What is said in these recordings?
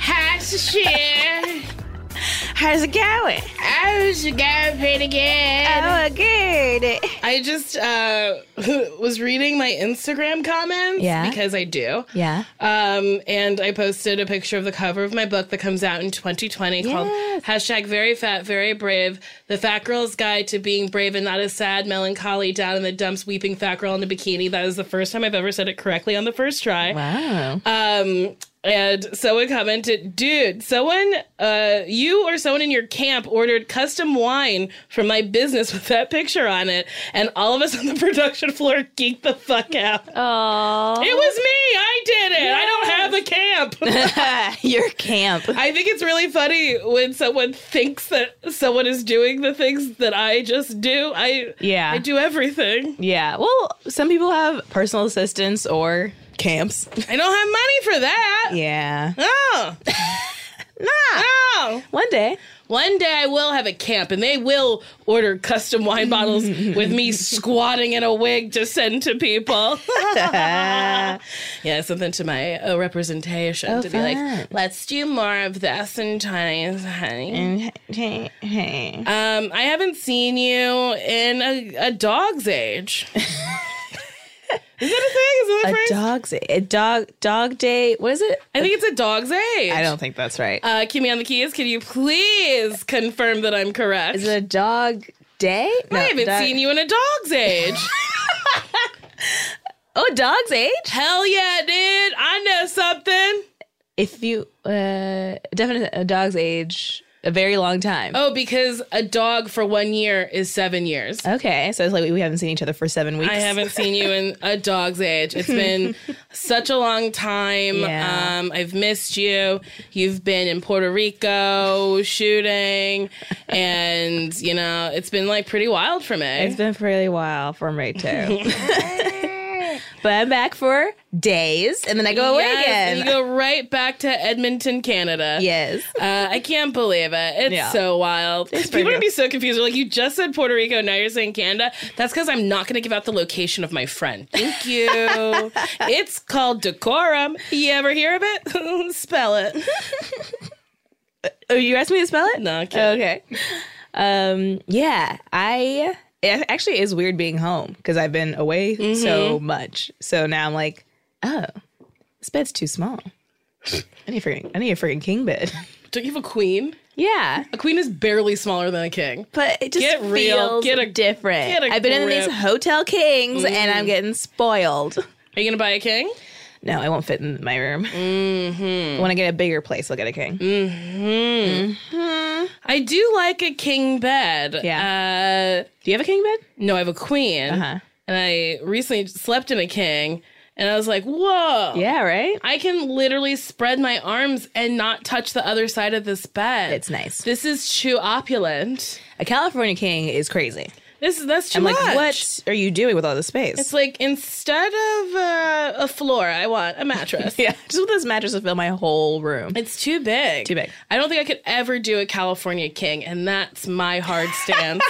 Hi, Sashir. How's it going? I was going pretty good. Oh, good. I just uh, was reading my Instagram comments Yeah. because I do. Yeah. Um, and I posted a picture of the cover of my book that comes out in 2020 called hashtag very fat, very brave. The fat girl's guide to being brave and not a sad, melancholy, down in the dumps, weeping fat girl in a bikini. That is the first time I've ever said it correctly on the first try. Wow. Um, and someone commented, dude, someone, uh, you or someone in your camp ordered custom wine from my business with that picture on it. And all of us on the production floor geeked the fuck out. Oh. It was me. I did it. I don't have a camp. Your camp. I think it's really funny when someone thinks that someone is doing the things that I just do. I, Yeah. I do everything. Yeah. Well, some people have personal assistants or camps. I don't have money for that. Yeah. Oh. No. One day. One day I will have a camp and they will order custom wine bottles with me squatting in a wig to send to people. yeah, something to my uh, representation to be Oh, fun. like, let's do more of this and Chinese, Mm. honey. Um, I haven't seen you in a, a dog's age. Is that a thing? Is that a, A phrase? dog's a dog dog day. What is it? I think it's a dog's age. I don't think that's right. Uh, Kimmy on the keys, can you please confirm that I'm correct? is it a dog day? I haven't seen you in a dog's age. Oh, dog's age. Hell yeah, dude. I know something. If you uh, definitely a dog's age, a very long time. Oh, because a dog for one year is seven years. Okay, so it's like we haven't seen each other for seven weeks. I haven't seen you in a dog's age. It's been such a long time. Yeah. Um, I've missed you. You've been in Puerto Rico shooting, and you know it's been like pretty wild for me. It's been pretty while for me too. but I'm back for days, and then I go away Yes, again. You go right back to Edmonton, Canada. yes. Uh, I can't believe it. It's Yeah. so wild. People pretty are gonna be so confused. They're like, you just said Puerto Rico, now you're saying Canada. That's because I'm not gonna give out the location of my friend. Thank you. it's called decorum. You ever hear of it? Spell it. Oh, you asked me to spell it? No, okay. Okay. Um, yeah, I it actually is weird being home because I've been away so much. So now I'm like, oh, this bed's too small. I need a freaking, I need a freaking king bed. Don't you have a queen? yeah, A queen is barely smaller than a king. but it just Get real, feels get a- different. get a I've been in grip. these hotel kings and I'm getting spoiled. Are you gonna buy a king? Mm-hmm. No, I won't fit in my room. When I get a bigger place, I'll get a king. I do like a king bed. Uh, Do you have a king bed? no, I have a queen. Uh-huh. And I recently slept in a king, and I was like, whoa. Yeah, right. I can literally spread my arms and not touch the other side of this bed. It's nice. This is too opulent. A California king is crazy. This is that's too I'm like, much. what are you doing with all this space? It's like instead of uh, a floor, I want a mattress. yeah, just want this mattress to fill my whole room. It's too big. Too big. I don't think I could ever do a California King, and that's my hard stance.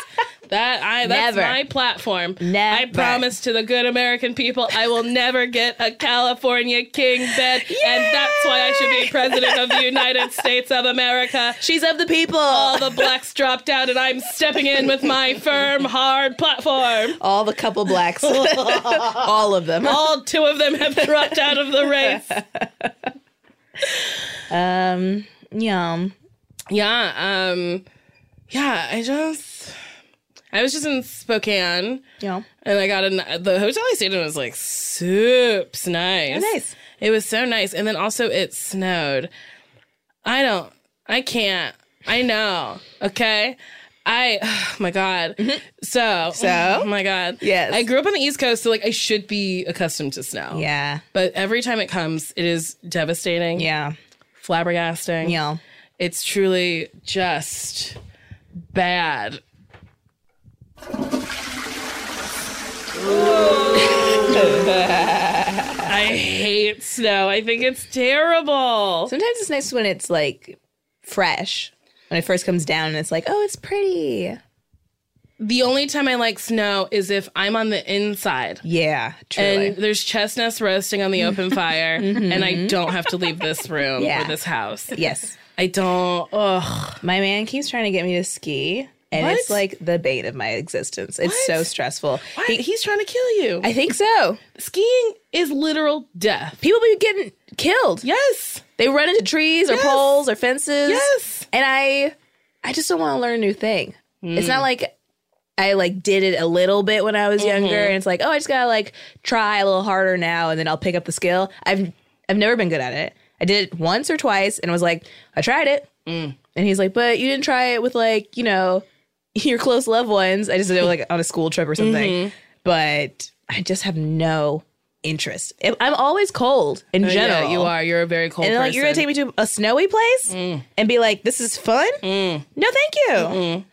that I that's Never. my platform. Never. I promise to the good American people I will never get a California King bed, and that's why I should be president of the United States of America. She's of the people. All the blacks dropped out, and I'm stepping in with my firm, hard platform. all the couple blacks, all of them. All two of them have dropped out of the race. Um, yum. Yeah, um yeah, I just I was just in Spokane Yum. and I got in the hotel I stayed in was like soups nice. Oh, nice. It was so nice. And then also it snowed. I don't I can't. I know. Okay. I oh my God. So Mm-hmm. So? oh my God. Yes. I grew up on the East Coast, so like I should be accustomed to snow. Yeah. But every time it comes, it is devastating. Yeah. Flabbergasting Yum. it's truly just bad. I hate snow. I think it's terrible. Sometimes it's nice when it's like fresh. When it first comes down and it's like, oh, it's pretty. The only time I like snow is if I'm on the inside Yeah, truly. and there's chestnuts roasting on the open fire and I don't have to leave this room Yeah. or this house. yes. I don't. Ugh. My man keeps trying to get me to ski, and What? it's like the bane of my existence. It's What? so stressful. He- he's trying to kill you. I think so. Skiing is literal death. People be getting killed. Yes. They run into trees or poles or fences. Yes. And I I just don't want to learn a new thing. It's Hmm. not like I like did it a little bit when I was Mm-hmm. younger and it's like, oh, I just gotta like try a little harder now and then I'll pick up the skill. I've I've never been good at it. I did it once or twice and was like, I tried it. Mm. And he's like, but you didn't try it with like, you know, your close loved ones. I just did it like on a school trip or something. Mm-hmm. But I just have no interest. I- I'm always cold in general. Oh, Yeah, you are. You're a very cold And person. they're Mm. like, you're gonna take me to a snowy place and be like, this is fun? No, thank you.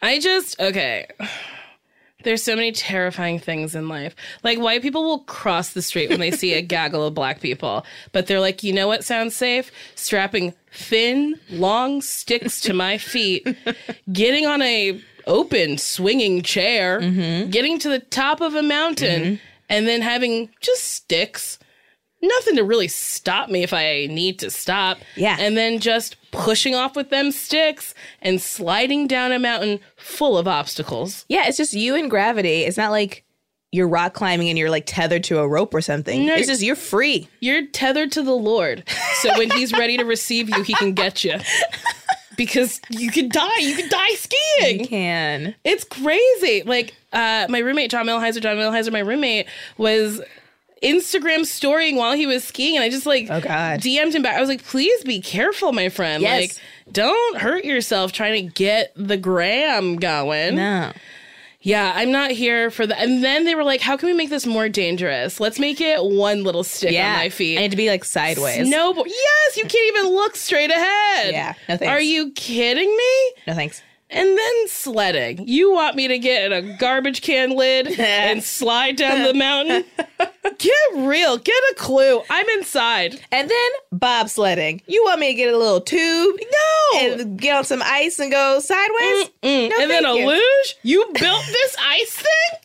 I just okay. There's so many terrifying things in life. Like white people will cross the street when they see a gaggle of black people, but they're like, you know what sounds safe? Strapping thin, long sticks to my feet, getting on a open swinging chair, getting to the top of a mountain, and then having just sticks. Nothing to really stop me if I need to stop. Yeah. And then just pushing off with them sticks and sliding down a mountain full of obstacles. Yeah, it's just you and gravity. It's not like you're rock climbing and you're like tethered to a rope or something. No, it's just you're free. You're tethered to the Lord. So when he's ready to receive you, he can get you. Because you could die. You could die skiing. can. It's crazy. Like uh, my roommate John Millheiser, John Millheiser, my roommate was Instagram storying while he was skiing, and I just like Oh, God. DM'd him back. I was like, please be careful, my friend. Yes. Like, don't hurt yourself trying to get the gram going. No. Yeah, I'm not here for that. And then they were like, how can we make this more dangerous? Let's make it one little stick Yeah. on my feet. I need to be like sideways. Snowboard. Yes, you can't even look straight ahead. Yeah, no thanks. Are you kidding me? No thanks. And then sledding. You want me to get in a garbage can lid and slide down the mountain? Get real. Get a clue. I'm inside. And then bobsledding. You want me to get a little tube? No. And get on some ice and go sideways? No, and then a thank you. luge? You built this ice thing?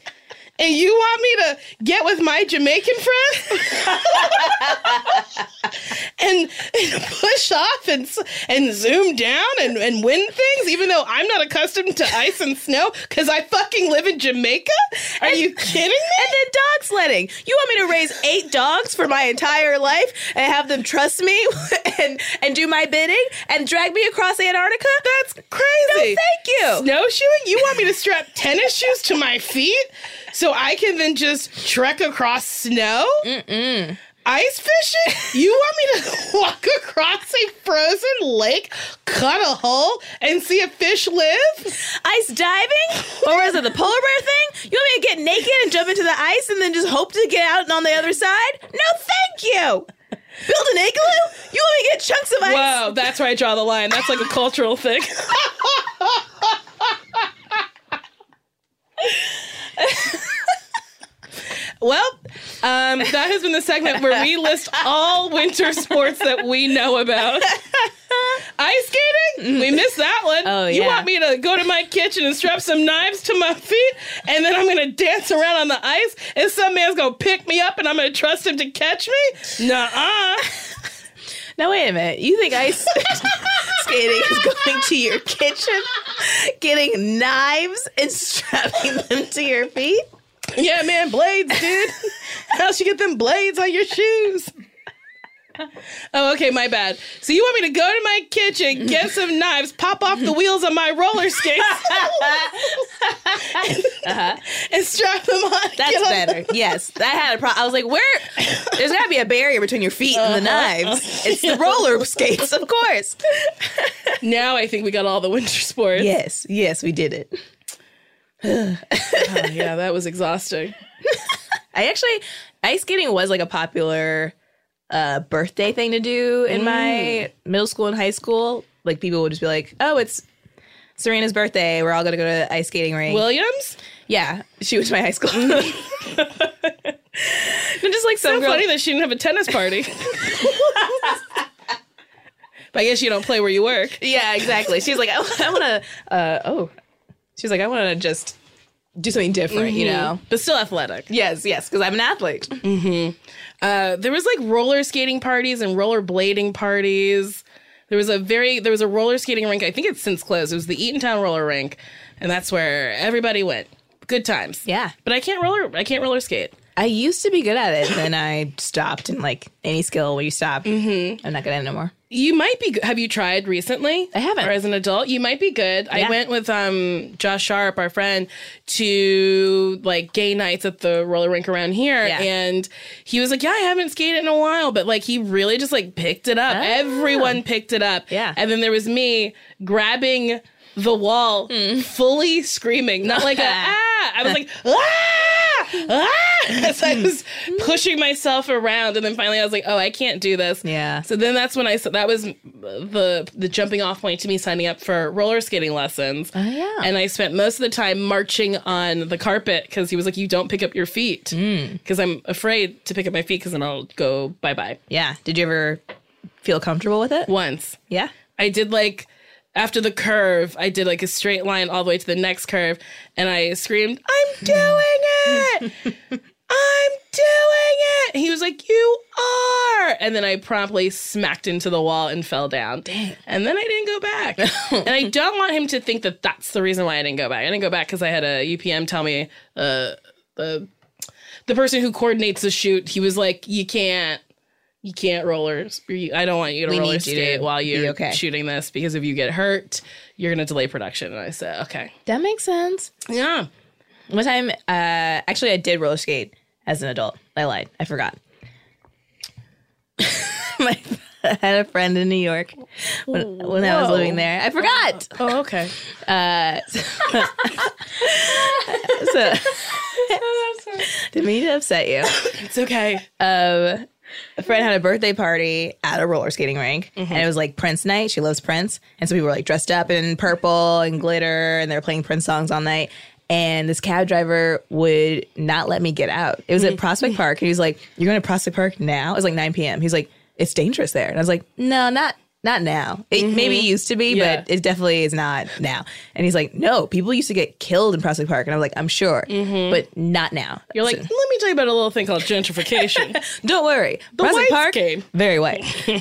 And you want me to get with my Jamaican friend and, and push off and s- and zoom down and, and win things, even though I'm not accustomed to ice and snow because I fucking live in Jamaica? Are you kidding me? And then dog sledding. You want me to raise eight dogs for my entire life and have them trust me and and do my bidding and drag me across Antarctica? That's No, crazy. thank you. Snowshoeing? You want me to strap tennis shoes to my feet so I can then just trek across snow? Mm-mm. Ice fishing? You want me to walk across a frozen lake, cut a hole, and see a fish live? ice diving? Or was it the polar bear thing? You want me to get naked and jump into the ice and then just hope to get out on the other side? No, thank you. Build an igloo? You want me to get chunks of ice? that's where I draw the line. That's like a cultural thing. Well, um, that has been the segment where we list all winter sports that we know about. Ice skating? We missed that one. Oh, You yeah. want me to go to my kitchen and strap some knives to my feet, and then I'm going to dance around on the ice, and some man's going to pick me up, and I'm going to trust him to catch me? Nuh-uh. Now wait a minute. You think ice skating is going to your kitchen, getting knives and strapping them to your feet? Yeah, man, blades, dude. How'd you get them blades on your shoes? Oh, okay, my bad. So you want me to go to my kitchen, get some knives, pop off the wheels on my roller skates, and strap them on. Uh-huh. That's get on the- better. Yes, that had a problem. I was like, where? There's got to be a barrier between your feet and the knives. It's the roller skates, of course. Now I think we got all the winter sports. Yes, yes, we did it. Oh, yeah, that was exhausting. I actually ice skating was like a popular uh, birthday thing to do in my middle school and high school. Like people would just be like, "Oh, it's Serena's birthday. We're all gonna go to the ice skating rink." Williams? yeah, she went to my high school. and just like some So girl, funny that she didn't have a tennis party. but I guess you don't play where you work. yeah, exactly. She's like, "I, I want to." Uh, oh, she's like, "I want to just do something different," you know. But still athletic. Yes, yes, because I'm an athlete. Uh, there was like roller skating parties and roller blading parties. There was a very there was a roller skating rink. I think it's since closed. It was the Eatontown roller rink, and that's where everybody went. Good times. Yeah. But I can't roller I can't roller skate. I used to be good at it, then I stopped. And like any skill, where you stop, I'm not good at it no more. You might be. good- Have you tried recently? I haven't. Or as an adult, you might be good. I Yeah. went with um Josh Sharp, our friend, to like gay nights at the roller rink around here, Yeah. and he was like, "Yeah, I haven't skated in a while," but like he really just like picked it up. Everyone picked it up. Ah. Yeah. And then there was me grabbing the wall, Hmm. fully screaming, not like a ah. I was like ah. Ah! As Hmm. I was pushing myself around, and then finally I was like, "Oh, I can't do this." Yeah. So then that's when I said that was the the jumping off point to me signing up for roller skating lessons. Oh yeah. And I spent most of the time marching on the carpet because he was like, "You don't pick up your feet," because I'm afraid to pick up my feet because then I'll go bye bye. Yeah. Did you ever feel comfortable with it? Once Yeah. I did like after the curve, I did like a straight line all the way to the next curve, and I screamed, "I'm doing it! I'm doing it!" He was like, "You are!" And then I promptly smacked into the wall and fell down. Dang. And then I didn't go back. and I don't want him to think that that's the reason why I didn't go back. I didn't go back because I had a UPM tell me uh, the the person who coordinates the shoot. He was like, "You can't." You can't roller. I don't want you to We roller need you to skate while be you're okay. shooting this because if you get hurt, you're gonna delay production. And I said, okay, That makes sense. yeah, One time, uh, actually, I did roller skate as an adult. I lied. I forgot. My, I had a friend in New York when, when I was Whoa. living there. I forgot. oh okay. So, didn't mean to upset you. It's okay. a friend had a birthday party at a roller skating rink Mm-hmm. and it was like Prince night. She loves Prince. And so we were like dressed up in purple and glitter and they were playing Prince songs all night. And this cab driver would not let me get out. It Mm-hmm. was at Prospect Park. And he was like, You're going to Prospect Park now? It was like 9 p.m. He's like, It's dangerous there. And I was like, No, not. Not now. It maybe used to be, Mm-hmm. Yeah. but it definitely is not now. And he's like, no, people used to get killed in Prospect Park. And I'm like, I'm sure, but not now. Mm-hmm. You're like, let me tell you about a little thing called gentrification. Don't worry. The whites Park came. Very white. uh,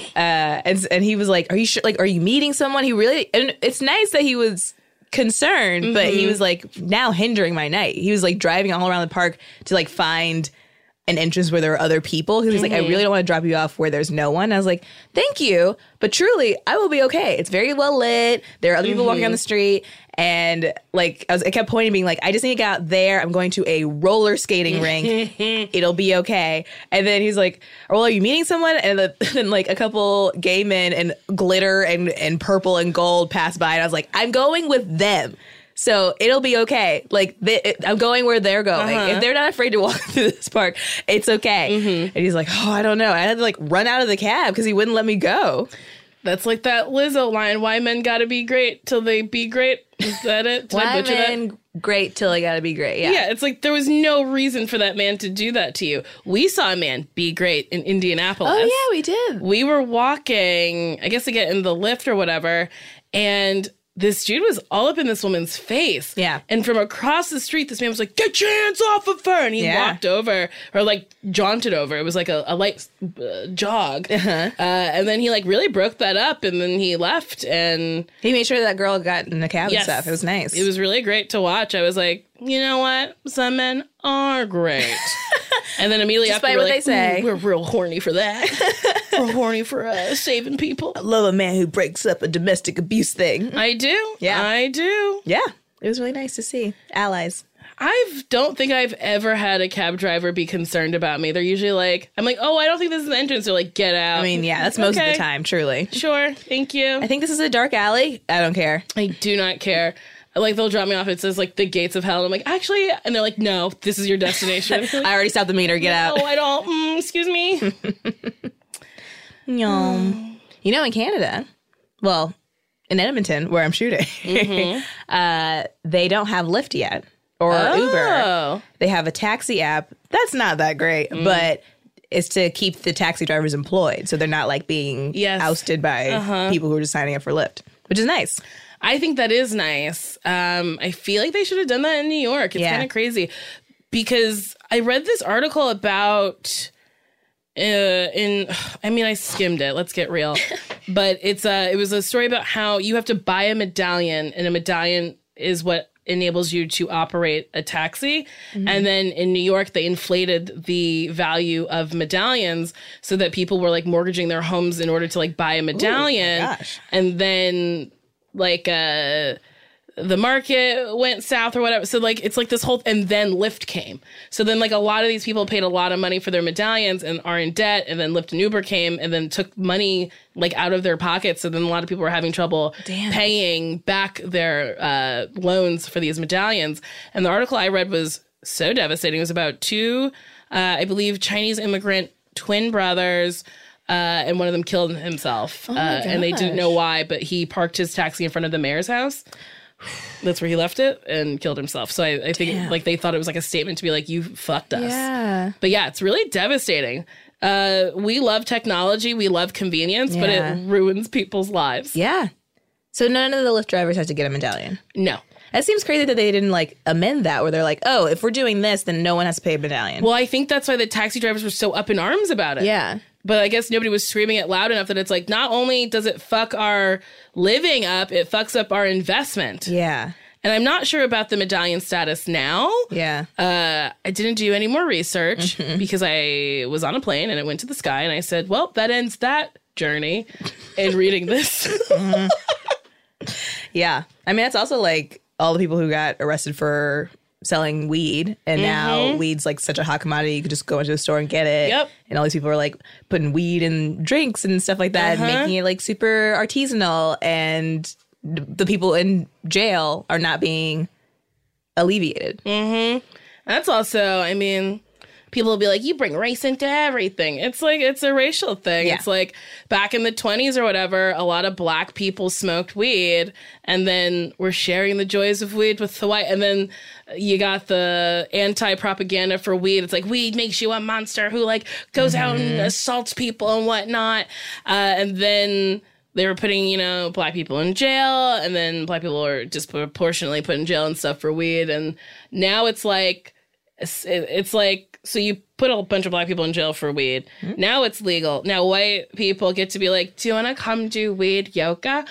and and he was like, "Are you sure? Like, are you meeting someone?" He really. And it's nice that he was concerned, but he was like now hindering my night. He was like driving all around the park to like find an entrance where there were other people because he's like, "I really don't want to drop you off where there's no one." I was like, "Thank you, but truly, I will be okay. It's very well lit. There are other people walking on the street." And like I, was, I kept pointing, being like, "I just need to get out there. I'm going to a roller skating rink it'll be okay. And then he's like, "Well, are you meeting someone?" And the, then like a couple gay men in glitter and and purple and gold passed by, and I was like, "I'm going with them." So it'll be okay. Like they, I'm going where they're going. If they're not afraid to walk through this park, it's okay. And he's like, "Oh, I don't know." I had to like run out of the cab because he wouldn't let me go. That's like that Lizzo line: "Why men gotta be great till they be great." Is that it? Did I Why butcher that? men great till I gotta be great. Yeah. Yeah, it's like there was no reason for that man to do that to you. We saw a man be great in Indianapolis. Oh yeah, we did. We were walking, I guess again in the lift or whatever, and this dude was all up in this woman's face. Yeah. And from across the street, this man was like, Get your hands off of her. And he Yeah. walked over or like jaunted over. It was like a, a light uh, jog. Uh-huh. and then he like really broke that up and then he left. And He made sure that girl got in the cab Yes. and stuff. It was nice. it was really great to watch. I was like, you know what? Some men are great. and then immediately after, Despite we're what like, they say. "Ooh, we're real horny for that. we're horny for uh, saving people. love a man who breaks up a domestic abuse thing. I do. Yeah. I do. Mm-hmm. Yeah. It was really nice to see. Allies. I don't think I've ever had a cab driver be concerned about me. They're usually like, I'm like, oh, I don't think this is the entrance. They're like, get out. I mean, yeah, that's most of Okay. the time, truly. sure. Thank you. I think this is a dark alley. I don't care. I do not care. Like they'll drop me off. It says like the gates of hell. And I'm like, actually, and they're like, no, this is your destination. I already stopped the meter. Get out. Oh, I don't. Mm, excuse me. Yum. You know, in Canada, well, in Edmonton, where I'm shooting, uh, they don't have Lyft yet or Uber. Mm-hmm. Oh. They have a taxi app. That's not that great, Mm. but it's to keep the taxi drivers employed, so they're not like being Yes. Uh-huh. ousted by people who are just signing up for Lyft, which is nice. I think that is nice. Um, I feel like they should have done that in New York. It's Yeah. kind of crazy because I read this article about uh, in. I mean, I skimmed it. Let's get real, but it's a. It was a story about how you have to buy a medallion, and a medallion is what enables you to operate a taxi. And then in New York, they inflated the value of medallions so that people were like mortgaging their homes in order to like buy a medallion. gosh. And then like uh the market went south or whatever. So like it's like this whole and then Lyft came. So then like a lot of these people paid a lot of money for their medallions and are in debt and then Lyft and Uber came and then took money like out of their pockets. So then a lot of people were having trouble paying back their uh loans for these medallions. And the article I read was so devastating. It was about two uh I believe Chinese immigrant twin brothers uh, and one of them killed himself. uh, and they didn't know why, but he parked his taxi in front of the mayor's house. That's where he left it and killed himself. So I, I think like they thought it was like a statement to be like, "You fucked us." Yeah. But yeah, it's really devastating. Uh, we love technology, we love convenience, but Yeah. it ruins people's lives. Yeah. So none of the Lyft drivers have to get a medallion. No. That seems crazy that they didn't like amend that, where they're like, oh, if we're doing this, then no one has to pay a medallion. Well, I think that's why the taxi drivers were so up in arms about it. yeah. But I guess nobody was screaming it loud enough that it's like not only does it fuck our living up, it fucks up our investment. Yeah. And I'm not sure about the medallion status now. Yeah. Uh, I didn't do any more research because I was on a plane and it went to the sky, and I said, "Well, that ends that journey." And reading this, Yeah. I mean, that's also like all the people who got arrested for selling weed. And now weed's like such a hot commodity. You could just go into a store and get it. Yep. And all these people are like putting weed in drinks and stuff like that and making it like super artisanal. And th- the people in jail are not being alleviated. that's also, I mean, people will be like, "You bring race into everything." It's like it's a racial thing. Yeah. It's like back in the 20s or whatever, a lot of black people smoked weed, and then were sharing the joys of weed with the white, and then you got the anti-propaganda for weed. It's like weed makes you a monster who like goes out and assaults people and whatnot. Uh, and then they were putting you know black people in jail, and then black people were disproportionately put in jail and stuff for weed. And now it's like it's, it- it's like so you put a bunch of black people in jail for weed. Now it's legal. Now white people get to be like, do you want to come do weed yoga?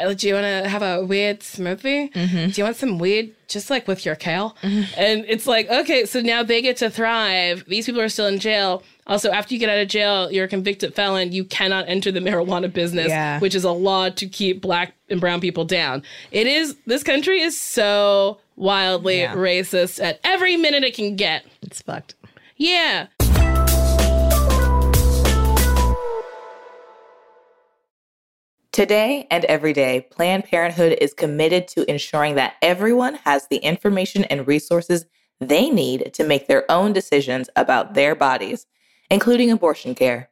Uh, Do you want to have a weird smoothie? Do you want some weed just like with your kale? And it's like, okay, so now they get to thrive. These people are still in jail. Also, after you get out of jail, you're a convicted felon. You cannot enter the marijuana business, Yeah. which is a law to keep black and brown people down. It is, this country is so wildly Yeah. racist at every minute it can get. It's fucked. Yeah. Today and every day, Planned Parenthood is committed to ensuring that everyone has the information and resources they need to make their own decisions about their bodies, including abortion care.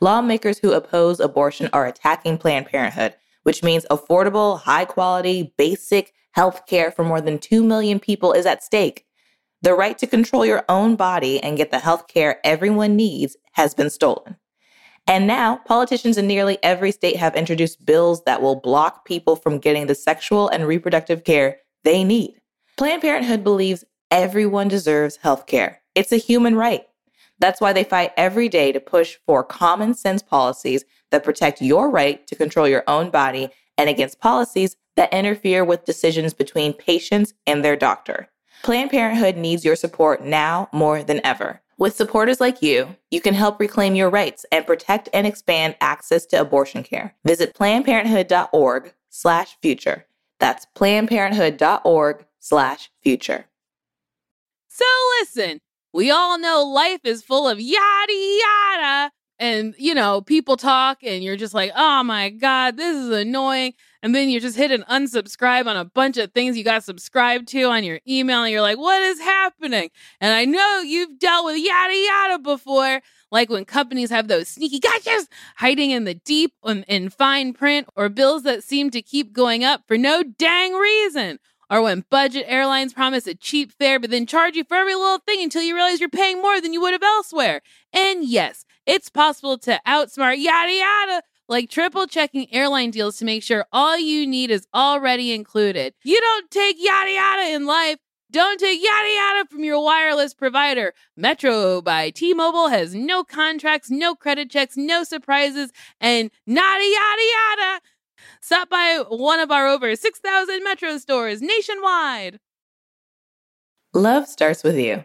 Lawmakers who oppose abortion are attacking Planned Parenthood, which means affordable, high quality, basic, health care for more than 2 million people is at stake. The right to control your own body and get the health care everyone needs has been stolen. And now, politicians in nearly every state have introduced bills that will block people from getting the sexual and reproductive care they need. Planned Parenthood believes everyone deserves health care, it's a human right. That's why they fight every day to push for common sense policies that protect your right to control your own body and against policies that interfere with decisions between patients and their doctor. Planned Parenthood needs your support now more than ever. With supporters like you, you can help reclaim your rights and protect and expand access to abortion care. Visit PlannedParenthood.org slash future. That's PlannedParenthood.org slash future. So listen, we all know life is full of yada yada. And, you know, people talk and you're just like, oh my God, this is annoying. And then you just hit an unsubscribe on a bunch of things you got subscribed to on your email. And you're like, what is happening? And I know you've dealt with yada yada before, like when companies have those sneaky gotchas hiding in the deep and in fine print or bills that seem to keep going up for no dang reason or when budget airlines promise a cheap fare but then charge you for every little thing until you realize you're paying more than you would have elsewhere. And yes, it's possible to outsmart yada yada. Like triple checking airline deals to make sure all you need is already included. You don't take yada yada in life. Don't take yada yada from your wireless provider. Metro by T Mobile has no contracts, no credit checks, no surprises, and nada yada yada. Stop by one of our over 6,000 Metro stores nationwide. Love starts with you.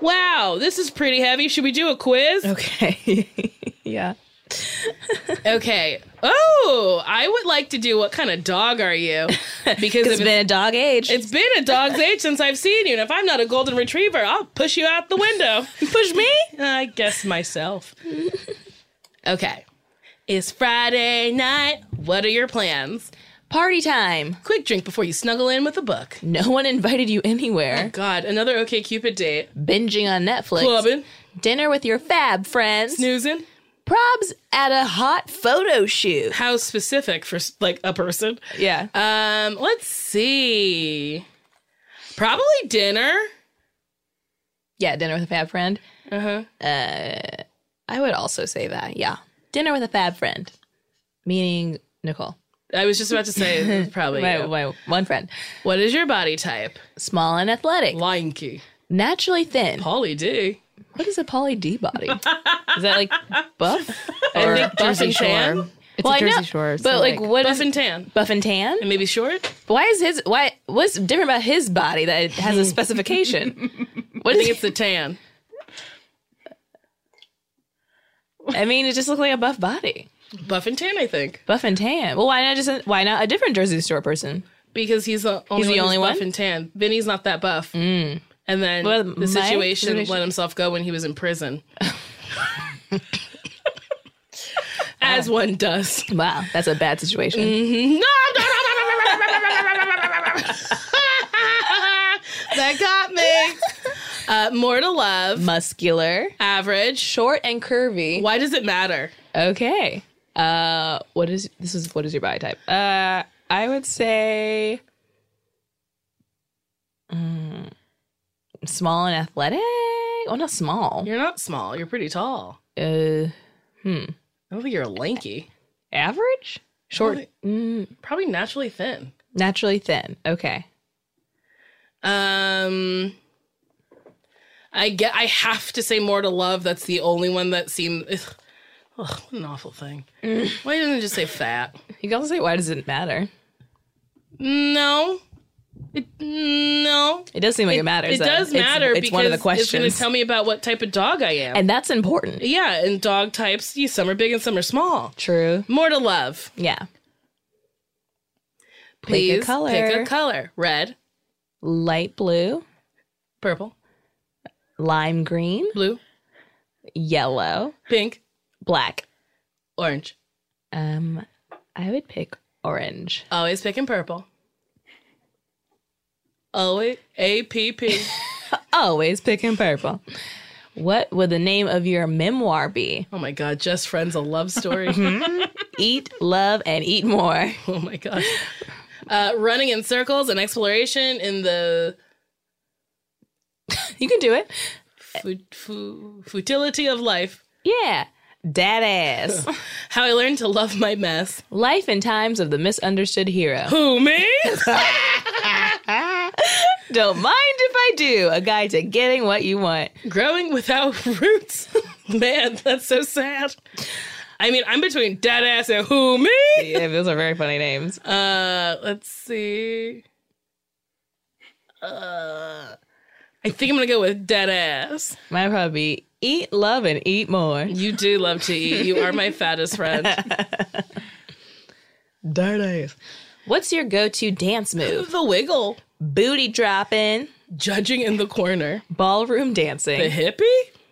Wow, this is pretty heavy. Should we do a quiz? Okay. yeah. Okay. Oh, I would like to do what kind of dog are you? Because It's if been a dog age. it's been a dog's age since I've seen you, and if I'm not a golden retriever, I'll push you out the window. push me? I guess myself. Okay. It's Friday night. What are your plans? party time. Quick drink before you snuggle in with a book. No one invited you anywhere. God, another OK Cupid date. Binging on Netflix. Clubbing, Dinner with your fab friends. snoozing. Probs at a hot photo shoot. Uh, How specific for like a person? Yeah. Um, let's see. Probably dinner. yeah, dinner with a fab friend. Uh, Uh-huh. I would also say that. Yeah. Dinner with a fab friend. Meaning Nicole. I was just about to say it's probably My, you. my one friend. What is your body type? Small and athletic. Lanky. Naturally thin. Polly D. What is a poly D body? is that like buff? I Or think buff and tan. It's Well, a I know, Jersey Shore. so, But like, what Buff is and tan. buff and tan? And maybe short? Why is his why what's different about his body that it has a specification? what I is think it's the tan. I mean, it just looked like a buff body. Buff and tan, I think. Buff and tan. Well, why not just why not a different Jersey store person? Because he's the only He's one who's the only buff one? and tan. Vinny's not that buff. And then Well, the my situation, situation- let himself go when he was in prison. As one does. Wow, that's a bad situation. that got me. Uh, more to love. Muscular, Average. short and curvy. Why does it matter? Okay. Uh what is this is what is your body type? Uh I would say mm, small and athletic. Well, not small. You're not small. You're pretty tall. Uh I don't think you're lanky. average? Short, mm, Probably naturally thin. naturally thin. Okay. Um, I get. I have to say more to love. That's the only one that seemed. Ugh, what an awful thing. Mm. Why didn't it just say fat? You can also say, why does it matter? No. It, no. It does seem like it, matters. It though. does It's- matter It's, because one of the it's going to questions. tell me about what type of dog I am. and that's important. yeah, and dog types, you, some are big and some are small. True. More to love. Yeah. Please Pick a color. Pick a color. Red, Light blue, purple, lime green, blue, yellow, pink, black. orange. Um, I would pick orange. Always picking purple. Always A P P. Always picking purple. What would the name of your memoir be? Oh my god, just friends a love story. Eat, love, and eat more. oh my god. Uh, running in circles and exploration in the You can do it. fu- fu- futility of life. Yeah. Dad ass. How I learned to love my mess. Life and times of the misunderstood hero. Who me? Don't mind if I do. A guide to getting what you want. Growing without roots. Man, that's so sad. I mean, I'm between dead ass and who me? Yeah, those are very funny names. Uh, let's see. Uh, I think I'm gonna go with dead ass. Mine would probably be eat, love, and eat more. You do love to eat. You are my fattest friend. Dad ass. What's your go-to dance move? The wiggle, Booty dropping, judging in the corner, ballroom the dancing, hippie,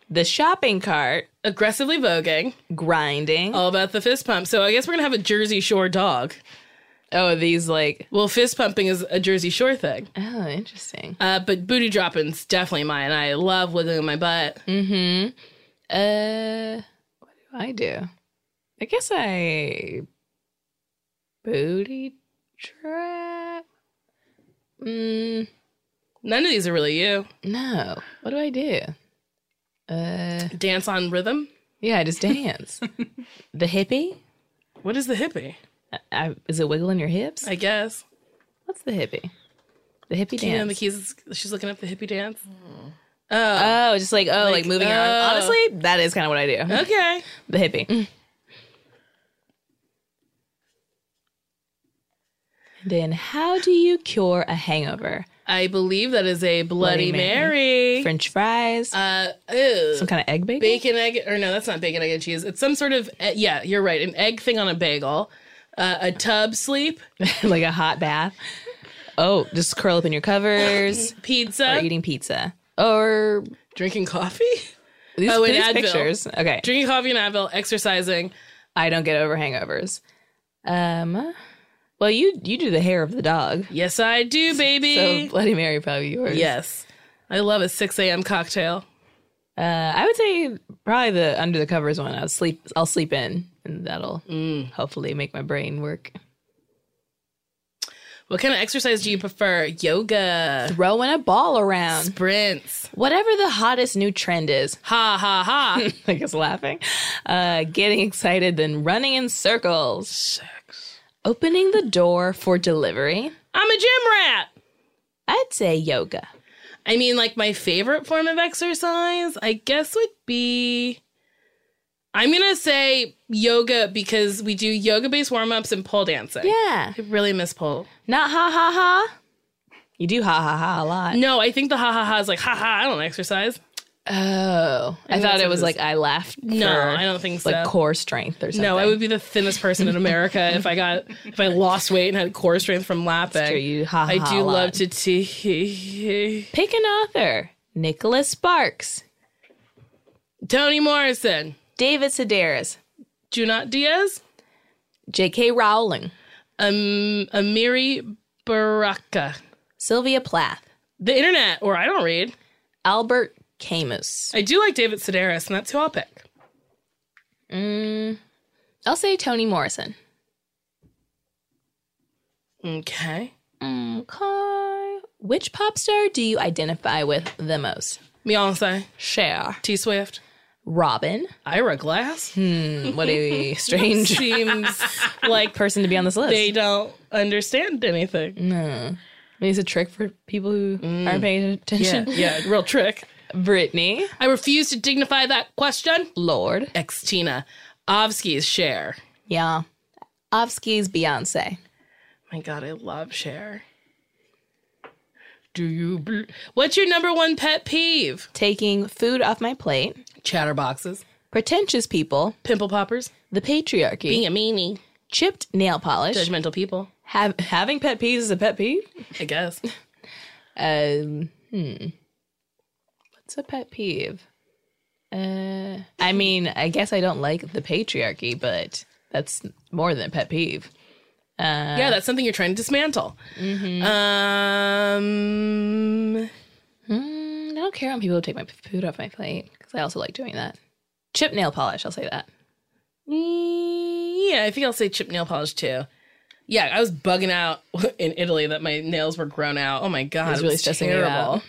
the shopping cart, aggressively voguing, grinding. all about the fist pump. So I guess we're gonna have a Jersey Shore dog. Oh, these like Well, fist pumping is a Jersey Shore thing. oh, interesting. Uh, but booty dropping's definitely mine. I love wiggling my butt. Mm-hmm. Uh, what do I do? I guess I booty trap. Mm, None of these are really you. no. What do I do? Uh, Dance on rhythm. yeah, I just dance. the hippie? What is the hippie? I, I, is it wiggling your hips? I guess. What's the hippie? The hippie You know, the dance. keys. is- She's looking up the hippie dance. oh, just like oh, like, Like, moving your oh. arms. Honestly, that is kind of what I do. Okay. The hippie. And then, how do you cure a hangover? I believe that is a Bloody, Bloody Mary. French fries, Uh, ew. some kind of egg bagel. bacon egg or no that's not bacon egg and cheese it's some sort of eh, yeah you're right an egg thing on a bagel uh, a tub sleep like a hot bath. Oh, just curl up in your covers or pizza eating pizza or drinking coffee these, Oh, and these Advil. pictures. Okay, drinking coffee and advil exercising I don't get over hangovers. Um, well, you you do the hair of the dog, yes i do so baby Bloody Mary probably yours. yes i love a 6 a.m cocktail Uh, I would say probably the under the covers one. I'll sleep. I'll sleep in, and that'll Mm. hopefully make my brain work. what kind of exercise do you prefer yoga Throwing a ball around, sprints whatever the hottest new trend is. ha ha ha I guess laughing, uh, getting excited, then running in circles. Sex. Opening the door for delivery. i'm a gym rat I'd say yoga. I mean, like my favorite form of exercise, I guess, would be. I'm gonna say yoga because we do yoga based warm ups and pole dancing. Yeah. I really miss pole. Not ha ha ha. You do ha ha ha a lot. No, I think the ha ha ha is like ha ha. I don't exercise. Oh, I, think that's thought it what was it like I laughed. No, for, I don't think so. Like core strength or something. no, I would be the thinnest person in America if I got if I lost weight and had core strength from Sure, lapping. You ha ha. I ha do a lot. love to tee. Pick an author Nicholas Sparks, Toni Morrison, David Sedaris, Junot Diaz, J.K. Rowling, um, Amiri Baraka, Sylvia Plath, the internet, or I don't read. Albert Camus. I do like David Sedaris, and that's who I'll pick. Mm, I'll say Toni Morrison. Okay. Okay. Mm, Which pop star do you identify with the most? Beyonce, Cher, T Swift, Robin. Ira Glass? Hmm, what a strange Seems like person to be on this list. they don't understand anything. no. Maybe it's a trick for people who aren't paying attention. Mm. yeah, real trick. Brittany, I refuse to dignify that question. Lord. Ex Tina. Ovsky's share. Yeah. Ovsky's Beyonce. My God, I love Cher. Do you? Bl- What's your number one pet peeve? Taking food off my plate. Chatterboxes, Pretentious people. pimple poppers, The patriarchy. being a meanie, chipped nail polish. judgmental people. Have, having pet peeves is a pet peeve. I guess Uh. Um, hmm. What's a pet peeve? Uh, I mean, I guess I don't like the patriarchy, but that's more than a pet peeve. yeah, that's something you're trying to dismantle. Mm-hmm. Um, Mm, I don't care when people take my food off my plate because I also like doing that. Chip nail polish, I'll say that. mm, yeah, I think I'll say chip nail polish too. Yeah, I was bugging out in Italy that my nails were grown out. Oh my god, It's it really was stressing me terrible. out.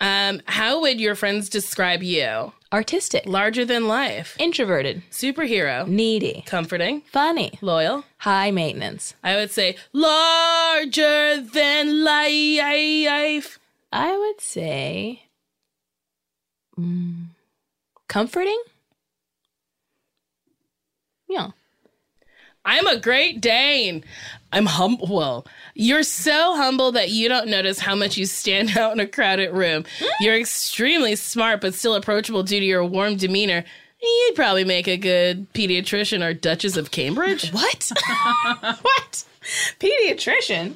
Um, how would your friends describe you? Artistic, Larger than life, introverted, superhero, needy, comforting, funny, loyal. high maintenance. I would say larger than life. I would say mm, comforting. Yeah. I'm a great Dane. I'm humble. Well, you're so humble that you don't notice how much you stand out in a crowded room. You're extremely smart, but still approachable due to your warm demeanor. You'd probably make a good pediatrician or Duchess of Cambridge. What? what? Pediatrician?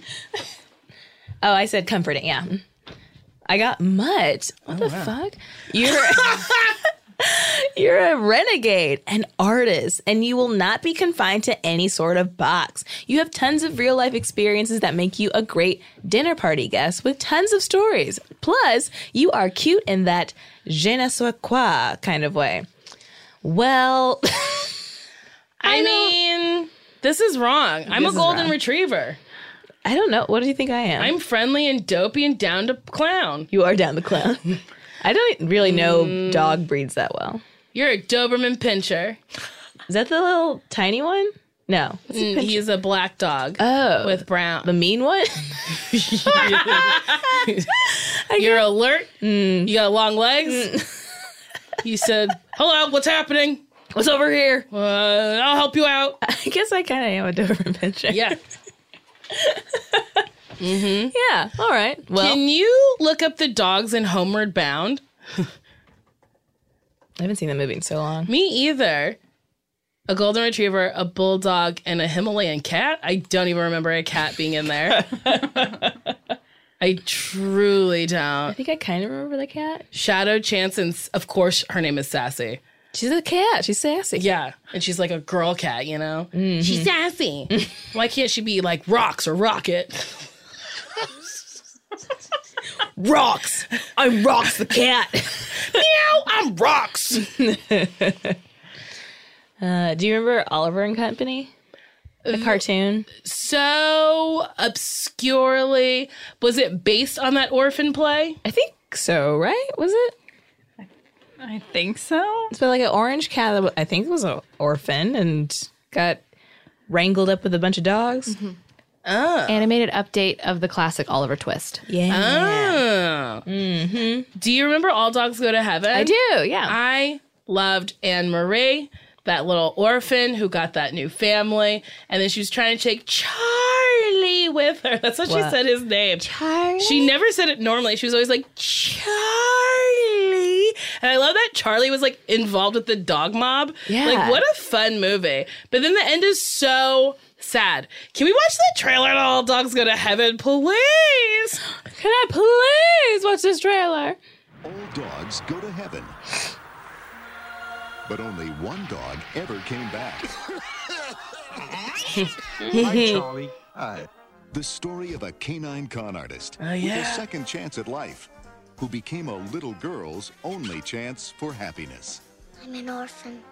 oh, I said comforting. Yeah. I got mutt. What the fuck? You're You're a renegade, an artist, and you will not be confined to any sort of box. You have tons of real life experiences that make you a great dinner party guest with tons of stories. Plus, you are cute in that je ne sais quoi kind of way. Well, I, mean, this is wrong. I'm a golden retriever. I don't know. What do you think I am? I'm friendly and dopey and down to clown. You are down the clown. Mm. I don't really know dog breeds that well. You're a Doberman pincher. Is that the little tiny one? No. Mm, He's a black dog Oh, with brown. the mean one. You're alert. You got long legs. you said, "Hello, what's happening? What's over here? Uh, I'll help you out." I guess I kind of am a Doberman Pinscher. Yeah. Yeah. All right. Well, Can you look up the dogs in Homeward Bound? I haven't seen that movie in so long. Me either. A golden retriever, a bulldog, and a Himalayan cat. I don't even remember a cat being in there. I truly I don't. think I kind of remember the cat. Shadow Chance, and s- of course, her name is Sassy. She's a cat. She's sassy. Yeah. And she's like a girl cat, you know? Mm-hmm. She's sassy. Why can't she be like rocks or rocket? Rocks. I'm Rocks the cat. Meow, I'm rocks. Uh, do you remember Oliver and Company? The cartoon. So obscurely. Was it based on that orphan play? I think so. Right? Was it? I think so. It's been like an orange cat that wa- I think was an orphan and got wrangled up with a bunch of dogs. Mm-hmm. Animated update of the classic Oliver Twist. Yeah. Oh. Mm-hmm. Do you remember All Dogs Go to Heaven? I do, yeah. I loved Anne Marie, that little orphan who got that new family. And then she was trying to take Charlie with her. That's what, she said his name. Charlie. She never said it normally. She was always like, Charlie. And I love that Charlie was like involved with the dog mob. Yeah. Like, what a fun movie. But then the end is so sad. Can we watch that trailer to All Dogs Go to Heaven, please? Can I please watch this trailer? All dogs go to heaven. But only one dog ever came back. Hi, Charlie. Hi. Ah, The story of a canine con artist with yeah. a second chance at life who became a little girl's only chance for happiness. I'm an orphan.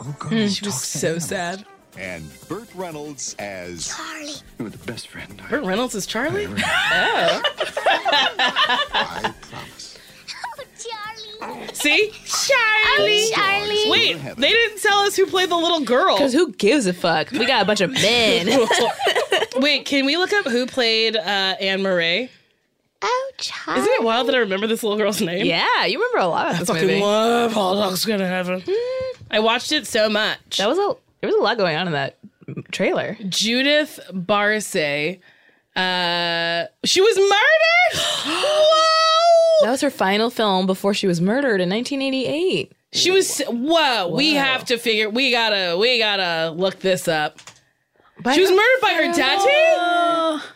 Oh, God. She was so sad. And Burt Reynolds as Harley. You were the best friend. I Burt Reynolds is Charlie? I promise. Oh, Charlie. See? Charlie! Charlie. Charlie. Wait, they didn't tell us who played the little girl. Because who gives a fuck? We got a bunch of men. Wait, can we look up who played uh, Anne Marie? Oh, Charlie. Isn't it wild that I remember this little girl's name? yeah, you remember a lot of this I fucking movie. love Hot Dogs Gonna Heaven. I watched it so much. That was a there was a lot going on in that trailer. Judith Barsay. Uh, she was murdered. whoa! That was her final film before she was murdered in 1988. She was. Whoa! We have to figure. We gotta. We gotta look this up. she was murdered by her daddy.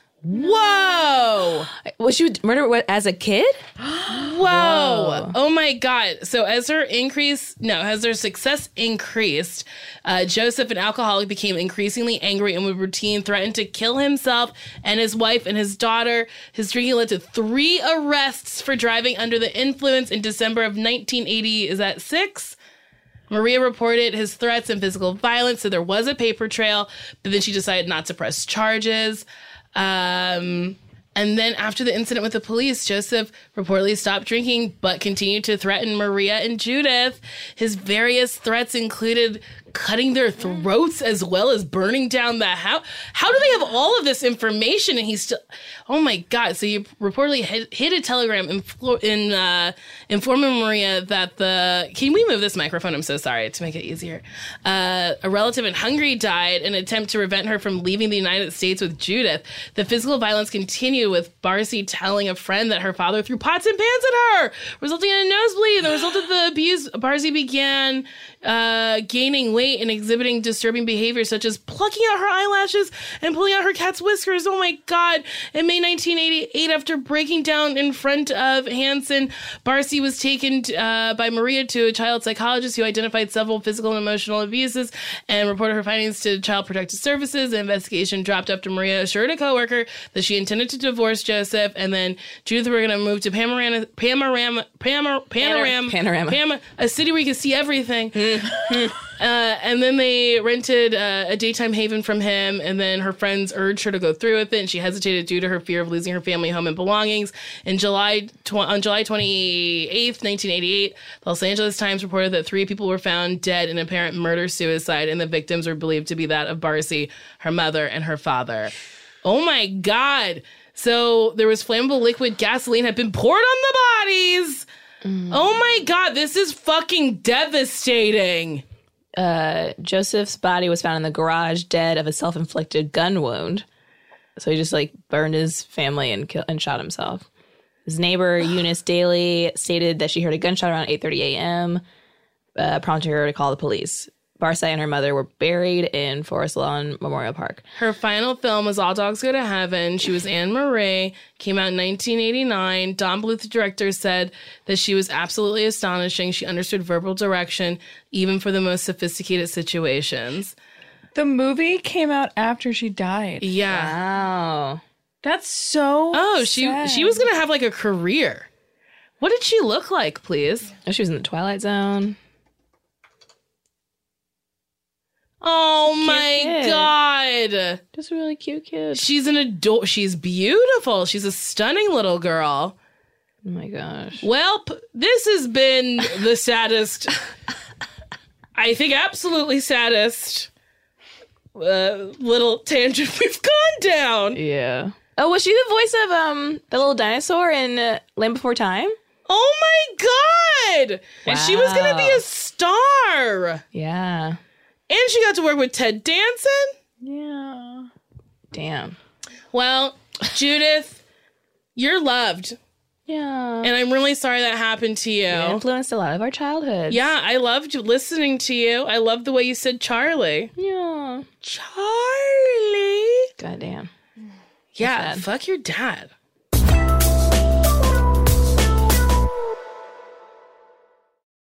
Whoa! Was she murdered what, as a kid? Whoa. Oh my God. So, as her increase, no, as her success increased, uh, Joseph, an alcoholic, became increasingly angry and would routine threaten to kill himself and his wife and his daughter. His drinking led to three arrests for driving under the influence in December of 1980. Is that six? Maria reported his threats and physical violence, so there was a paper trail, but then she decided not to press charges. Um, and then after the incident with the police, Joseph reportedly stopped drinking but continued to threaten Maria and Judith. His various threats included cutting their throats as well as burning down the house. How do they have all of this information and he's still Oh my god, so you reportedly hid, hid a telegram in, Flo- in uh, informing Maria that the Can we move this microphone? I'm so sorry to make it easier. Uh, a relative in Hungary died in an attempt to prevent her from leaving the United States with Judith. The physical violence continued with Barcy telling a friend that her father threw pots and pans at her, resulting in a nosebleed. And the result of the abuse, Barcy began uh, gaining weight and exhibiting disturbing behavior such as plucking out her eyelashes and pulling out her cat's whiskers. Oh my God. In May 1988, after breaking down in front of Hanson, Barcy was taken uh, by Maria to a child psychologist who identified several physical and emotional abuses and reported her findings to Child Protective Services. The investigation dropped after Maria assured a coworker that she intended to divorce Joseph and then Judith were going to move to Panorama, Panorama, Panorama, Panorama, Panorama. Panorama, a city where you can see everything. Uh, and then they rented uh, a daytime haven from him, and then her friends urged her to go through with it, and she hesitated due to her fear of losing her family home and belongings. In July, tw- on July 28th, 1988, the Los Angeles Times reported that three people were found dead in apparent murder-suicide, and the victims were believed to be that of Barcy, her mother, and her father. Oh my God! So there was flammable liquid gasoline had been poured on the bodies. Oh my God! This is fucking devastating. Joseph's body was found in the garage, dead of a self-inflicted gun wound. So he just like burned his family and kill- and shot himself. His neighbor Eunice Daly stated that she heard a gunshot around 8:30 a.m., uh, prompting her to call the police. Barsai and her mother were buried in Forest Lawn Memorial Park. Her final film was All Dogs Go to Heaven. She was Anne Marie, came out in 1989. Don Bluth, the director, said that she was absolutely astonishing. She understood verbal direction, even for the most sophisticated situations. The movie came out after she died. Yeah. Wow. That's so. Oh, she sad. she was gonna have like a career. What did she look like, please? Oh, she was in the Twilight Zone. Oh my god. Just a really cute kid. She's an adult. She's beautiful. She's a stunning little girl. Oh my gosh. Welp, this has been the saddest, I think, absolutely saddest uh, little tangent we've gone down. Yeah. Oh, was she the voice of um the little dinosaur in uh, Land Before Time? Oh my god! And she was gonna be a star, and Yeah. she got to work with Ted Danson. Yeah. Damn. Well, Judith, you're loved, Yeah. and I'm really sorry that happened to you. It influenced a lot of our childhood. Yeah, I loved listening to you. I loved the way you said Charlie. Yeah. Charlie. Goddamn. Yeah, fuck your dad.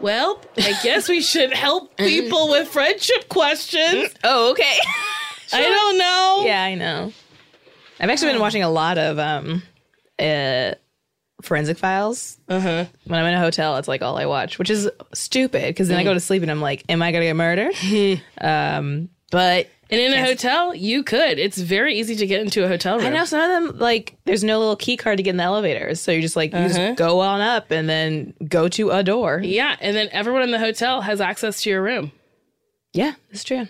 Well, I guess we should help people with friendship questions. Oh, okay. I don't know. Yeah, I know. I've actually been watching a lot of um uh forensic files. Uh-huh. When I'm in a hotel, it's like all I watch, which is stupid because then I go to sleep and I'm like, am I going to get murdered? um but And in a hotel, you could. It's very easy to get into a hotel room. I know some of them like there's no little key card to get in the elevators, so you just like you Uh-huh. just go on up and then go to a door. Yeah, and then everyone in the hotel has access to your room. Yeah, that's true.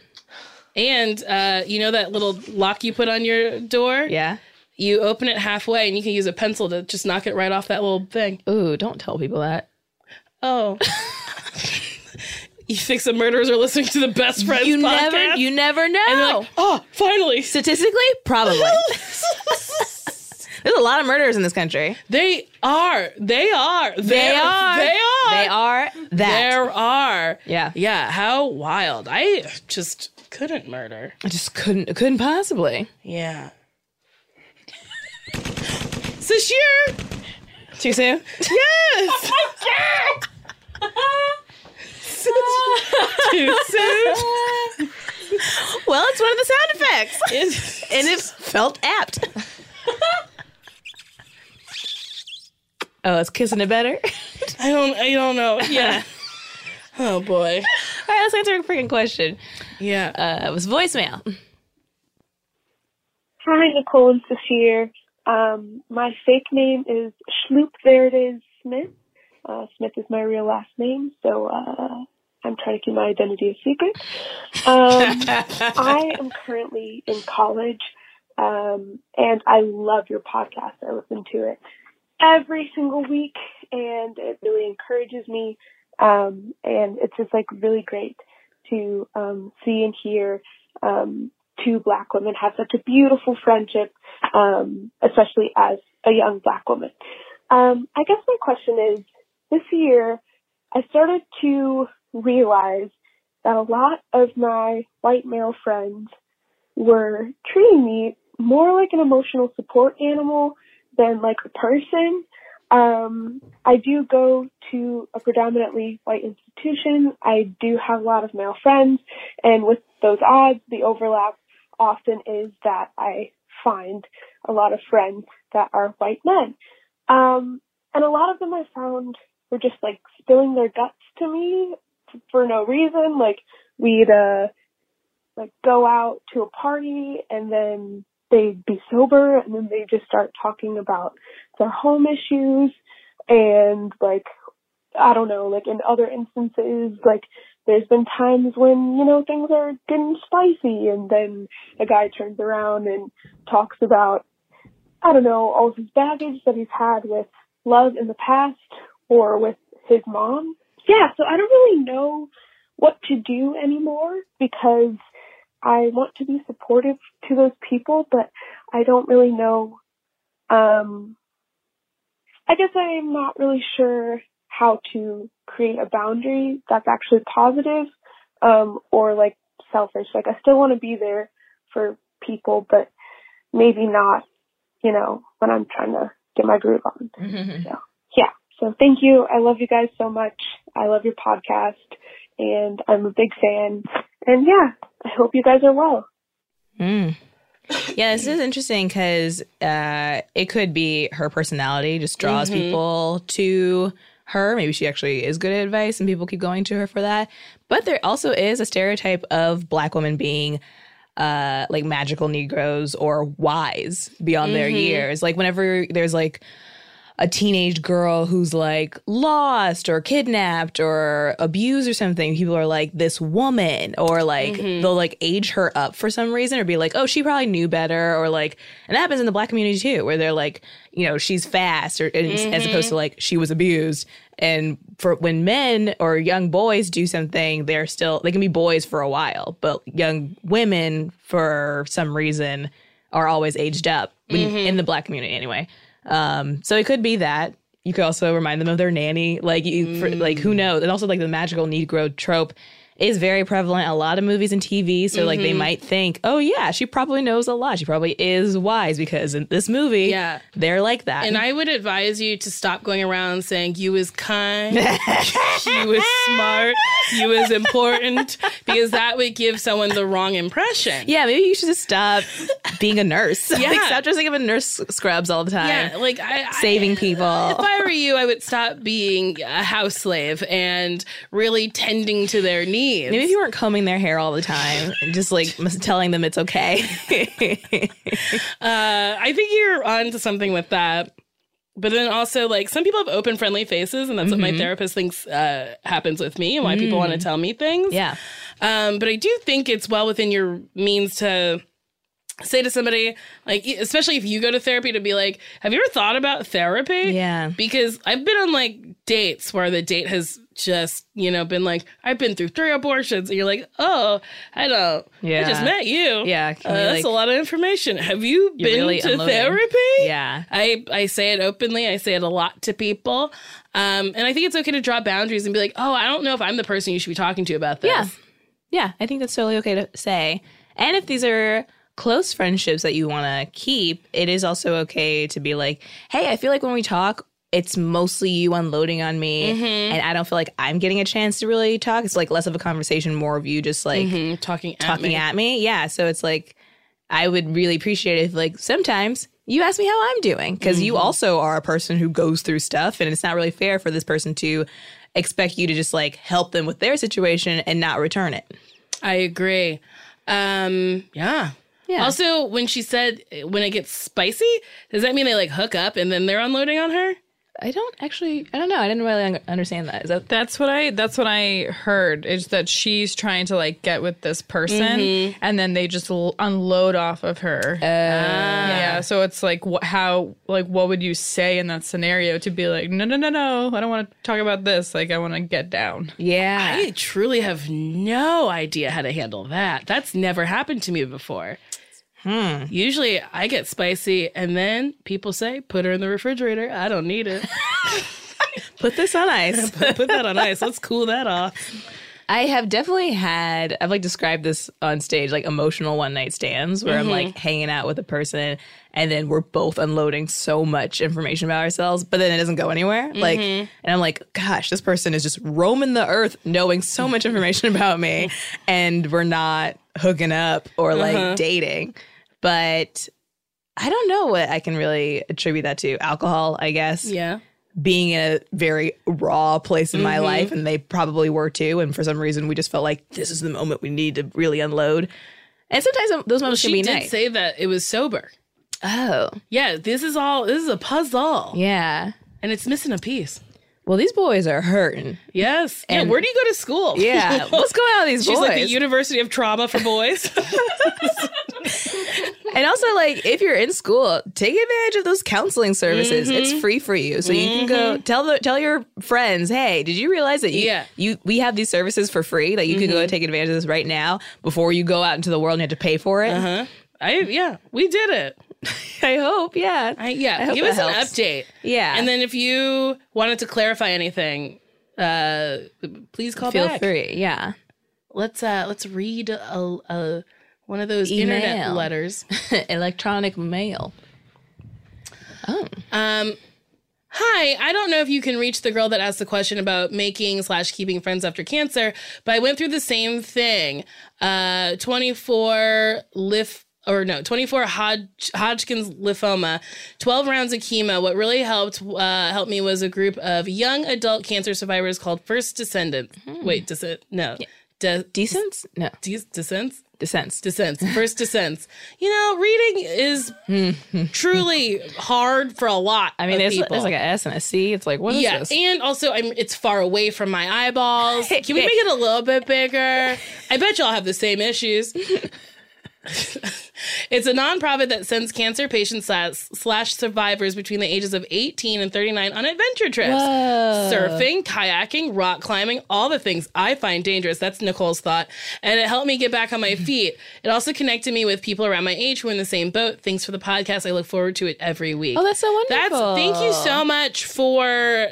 And uh, you know that little lock you put on your door? Yeah. You open it halfway and you can use a pencil to just knock it right off that little thing. Ooh, don't tell people that. Oh. you think some murderers are listening to the best friends You podcast? never you never know. And they're like, oh, finally. Statistically, probably. There's a lot of murders in this country. They are. They are. They, They are. are. They are that. There are. yeah. Yeah. How wild. I just couldn't murder. I just couldn't couldn't possibly. Yeah. Sashir! Too soon? Oh Yes! Too soon? well, it's one of the sound effects. It's- and it felt apt. oh, it's kissing it better? I don't I don't know. Yeah. oh boy. All right, let's answer a freaking question. Yeah. Uh, it was voicemail. Hi, Nicole and Safir. Um, my fake name is Schloop. There it is, Smith. Uh, Smith is my real last name, so uh, I'm trying to keep my identity a secret. Um, I am currently in college, um, and I love your podcast. I listen to it every single week, and it really encourages me. Um, and it's just like really great to um, see and hear um, two black women have such a beautiful friendship, um, especially as a young black woman. Um, I guess my question is this year, I started to realize that a lot of my white male friends were treating me more like an emotional support animal than like a person. Um, I do go to a predominantly white institution. I do have a lot of male friends, and with those odds, the overlap often is that I find a lot of friends that are white men. Um, and a lot of them I found were just like spilling their guts to me for no reason. Like we'd uh like go out to a party and then they'd be sober and then they just start talking about their home issues and like I don't know, like in other instances, like there's been times when, you know, things are getting spicy and then a guy turns around and talks about I don't know, all of his baggage that he's had with love in the past or with his mom. Yeah, so I don't really know what to do anymore because I want to be supportive to those people, but I don't really know. Um, I guess I'm not really sure how to create a boundary that's actually positive um, or like selfish. Like, I still want to be there for people, but maybe not, you know, when I'm trying to get my groove on. Mm-hmm. So, yeah. So, thank you. I love you guys so much. I love your podcast, and I'm a big fan. And yeah, I hope you guys are well. Mm. Yeah, this is interesting because uh, it could be her personality just draws people to her. Maybe she actually is good at advice and people keep going to her for that. But there also is a stereotype of black women being uh, like magical Negroes or wise beyond their years. Like, whenever there's like, a teenage girl who's like lost or kidnapped or abused or something people are like this woman or like they'll like age her up for some reason or be like oh she probably knew better or like and that happens in the black community too where they're like you know she's fast or and, as opposed to like she was abused and for when men or young boys do something they're still they can be boys for a while but young women for some reason are always aged up when- in the black community anyway. Um, so it could be that you could also remind them of their nanny, like you, for, like who knows, and also like the magical Negro trope is very prevalent. A lot of movies and TV. So like they Mhm. might think, oh yeah, she probably knows a lot. She probably is wise because in this movie, Yeah. they're like that. And I would advise you to stop going around saying you is kind, you is smart, you is important, because that would give someone the wrong impression. yeah, maybe you should just stop being a nurse. Yeah. like, stop dressing up in nurse scrubs all the time. Yeah, like I, I saving people. if I were you, I would stop being a house slave and really tending to their needs. Maybe if you weren't combing their hair all the time and just like mis- telling them it's okay. uh, I think you're onto something with that. But then also, like, some people have open, friendly faces, and that's what my Mhm. therapist thinks uh, happens with me and why people Mm. want to tell me things. Yeah. Um, but I do think it's well within your means to say to somebody, like, e- especially if you go to therapy, to be like, have you ever thought about therapy? Yeah. Because I've been on like dates where the date has just, you know, been like, I've been through three abortions. And you're like, oh, I don't. I just Yeah. met you. Yeah, can Uh, you, that's like- a lot of information. Have you You're been really to unloading. therapy? yeah. I, I say it openly. I say it a lot to people. Um, and I think it's okay to draw boundaries and be like, oh, I don't know if I'm the person you should be talking to about this. Yeah. Yeah. I think that's totally okay to say. And if these are close friendships that you want to keep, it is also okay to be like, hey, I feel like when we talk, it's mostly you unloading on me. Mhm. And I don't feel like I'm getting a chance to really talk. It's like less of a conversation, more of you just like Mhm, talking at talking me. at me. Yeah. So it's like, I would really appreciate it if, like, sometimes you ask me how I'm doing because you Mm-hmm. also are a person who goes through stuff, and it's not really fair for this person to expect you to just like help them with their situation and not return it. I agree. Um, yeah. Yeah. Also, when she said uh, when it gets spicy, does that mean they like hook up and then they're unloading on her? I don't actually. I don't know. I didn't really un- understand that. Is that That's what I that's what I heard is that she's trying to like get with this person Mm-hmm. Mhm. and then they just l- unload off of her. yeah, so it's like wh- how like what would you say in that scenario to be like no no no no, I don't want to talk about this. Like I want to get down. Yeah. I truly have no idea how to handle that. That's never happened to me before. Hmm. Usually I get spicy and then people say, put her in the refrigerator. I don't need it. Put this on ice. put, put that on ice. Let's cool that off. I have definitely had, I've like described this on stage, like emotional one night stands where Mhm. I'm like hanging out with a person and then we're both unloading so much information about ourselves, but then it doesn't go anywhere. Like, Mhm. and I'm like, gosh, this person is just roaming the earth knowing so much information about me and we're not hooking up or like Uh-huh. dating. But I don't know what I can really attribute that to. Alcohol, I guess Yeah. being in a very raw place in my Mhm. life and they probably were too and for some reason we just felt like this is the moment we need to really unload and sometimes those Well, moments she can be did nice say that it was sober. oh Yeah, this is all, this is a puzzle. yeah And it's missing a piece. well these boys are hurting Yes. And And- where do you go to school? yeah what's going on with these She's boys like the University of Trauma for boys. and also like if you're in school take advantage of those counseling services Mhm. it's free for you so you can go tell the tell your friends hey did you realize that you, Mm-hmm. Yeah. Mm-hmm. you we have these services for free that you can go take advantage of this right now before you go out into the world and you have to pay for it uh-huh. I yeah, we did it. i hope yeah I, yeah, I hope give us that an helps. update. yeah And then if you wanted to clarify anything, uh please call feel back. free yeah Let's uh let's read a, a one of those internet Email. letters. electronic mail oh Um Hi, I don't know if you can reach the girl that asked the question about making slash keeping friends after cancer, but I went through the same thing. Uh, 24 lif or no, 24 Hod- Hodgkin's lymphoma, 12 rounds of chemo. What really helped uh, helped me was a group of young adult cancer survivors called First Descendants. Wait, descent? No, De- decents no des- descents. descents Descents, first descents. You know, reading is truly hard for a lot. Hmm. i mean of there's, people. there's like a s and a c it's like what is Yeah, this and also I'm, it's far away from my eyeballs. Can we make it a little bit bigger? I bet y'all have the same issues. It's a nonprofit that sends cancer patients slash, slash survivors between the ages of 18 and 39 on adventure trips. Whoa. Surfing, kayaking, rock climbing, all the things I find dangerous. That's Nicole's thought. And it helped me get back on my feet. It also connected me with people around my age who are in the same boat. Thanks for the podcast. I look forward to it every week. Oh, that's so wonderful. thank you so much for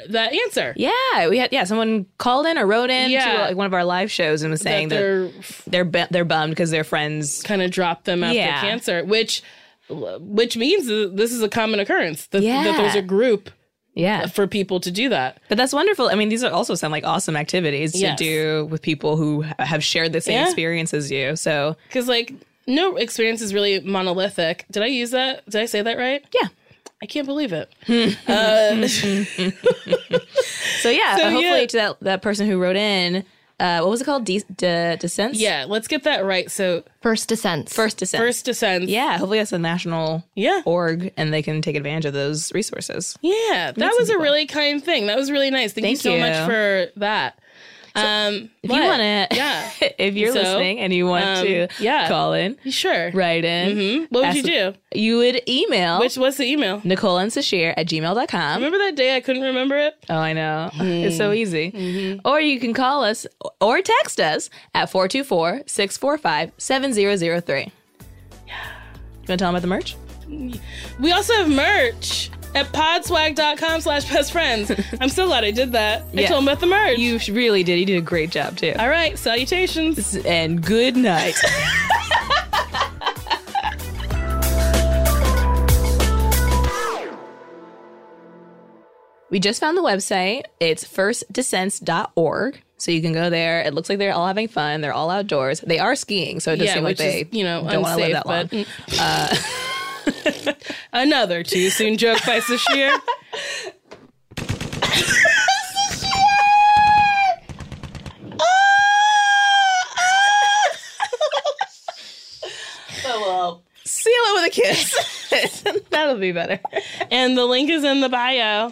the answer. Yeah, we had yeah. Someone called in or wrote in to Yeah. like one of our live shows and was saying that, they're- they're bu- they're bummed because their friends kind of dropped them after Yeah. cancer, which which means th- this is a common occurrence that, that there's a Yeah. group yeah for people to do that. But that's wonderful. I mean, these are also sound like awesome activities Yes. to do with people who ha- have shared the same Yeah. experience as you. So because like no experience is really monolithic did i use that did i say that right yeah Mm-hmm. i can't believe it uh, so yeah, So, hopefully yeah. to that that person who wrote in, uh, what was it called? De- de- descents. yeah let's get that right so First descents. First descent. first descent Yeah, hopefully that's a national yeah. org and they can take advantage of those resources. yeah that some was a people. really kind thing that was really nice thank, you Thank so much you. for that um If but- you want to, yeah if you're So, listening and you want um, to yeah. call in, sure write in. Mhm. What would ask- Oh. you do? You would email which was the email Nicole and Sashir at gmail.com. remember that day i couldn't remember it Oh, I know. It's so easy. Mm-hmm. Or you can call us or text us at 424 645 7003. You want to tell them about the merch? we also have merch at podswag.com slash best friends i'm so glad i did that i Yeah. told them about the merch You sh- really did. You did a great job, too. all right salutations And good night. we just found the website. It's firstdescents.org. So you can go there. It looks like they're all having fun. They're all outdoors. They are skiing, so it does Yeah, seem like which they is, you know, don't want to live unsafe, that long. but- Another too soon joke by Sashir. Seal it with a kiss. That'll be better. and the link is in the bio.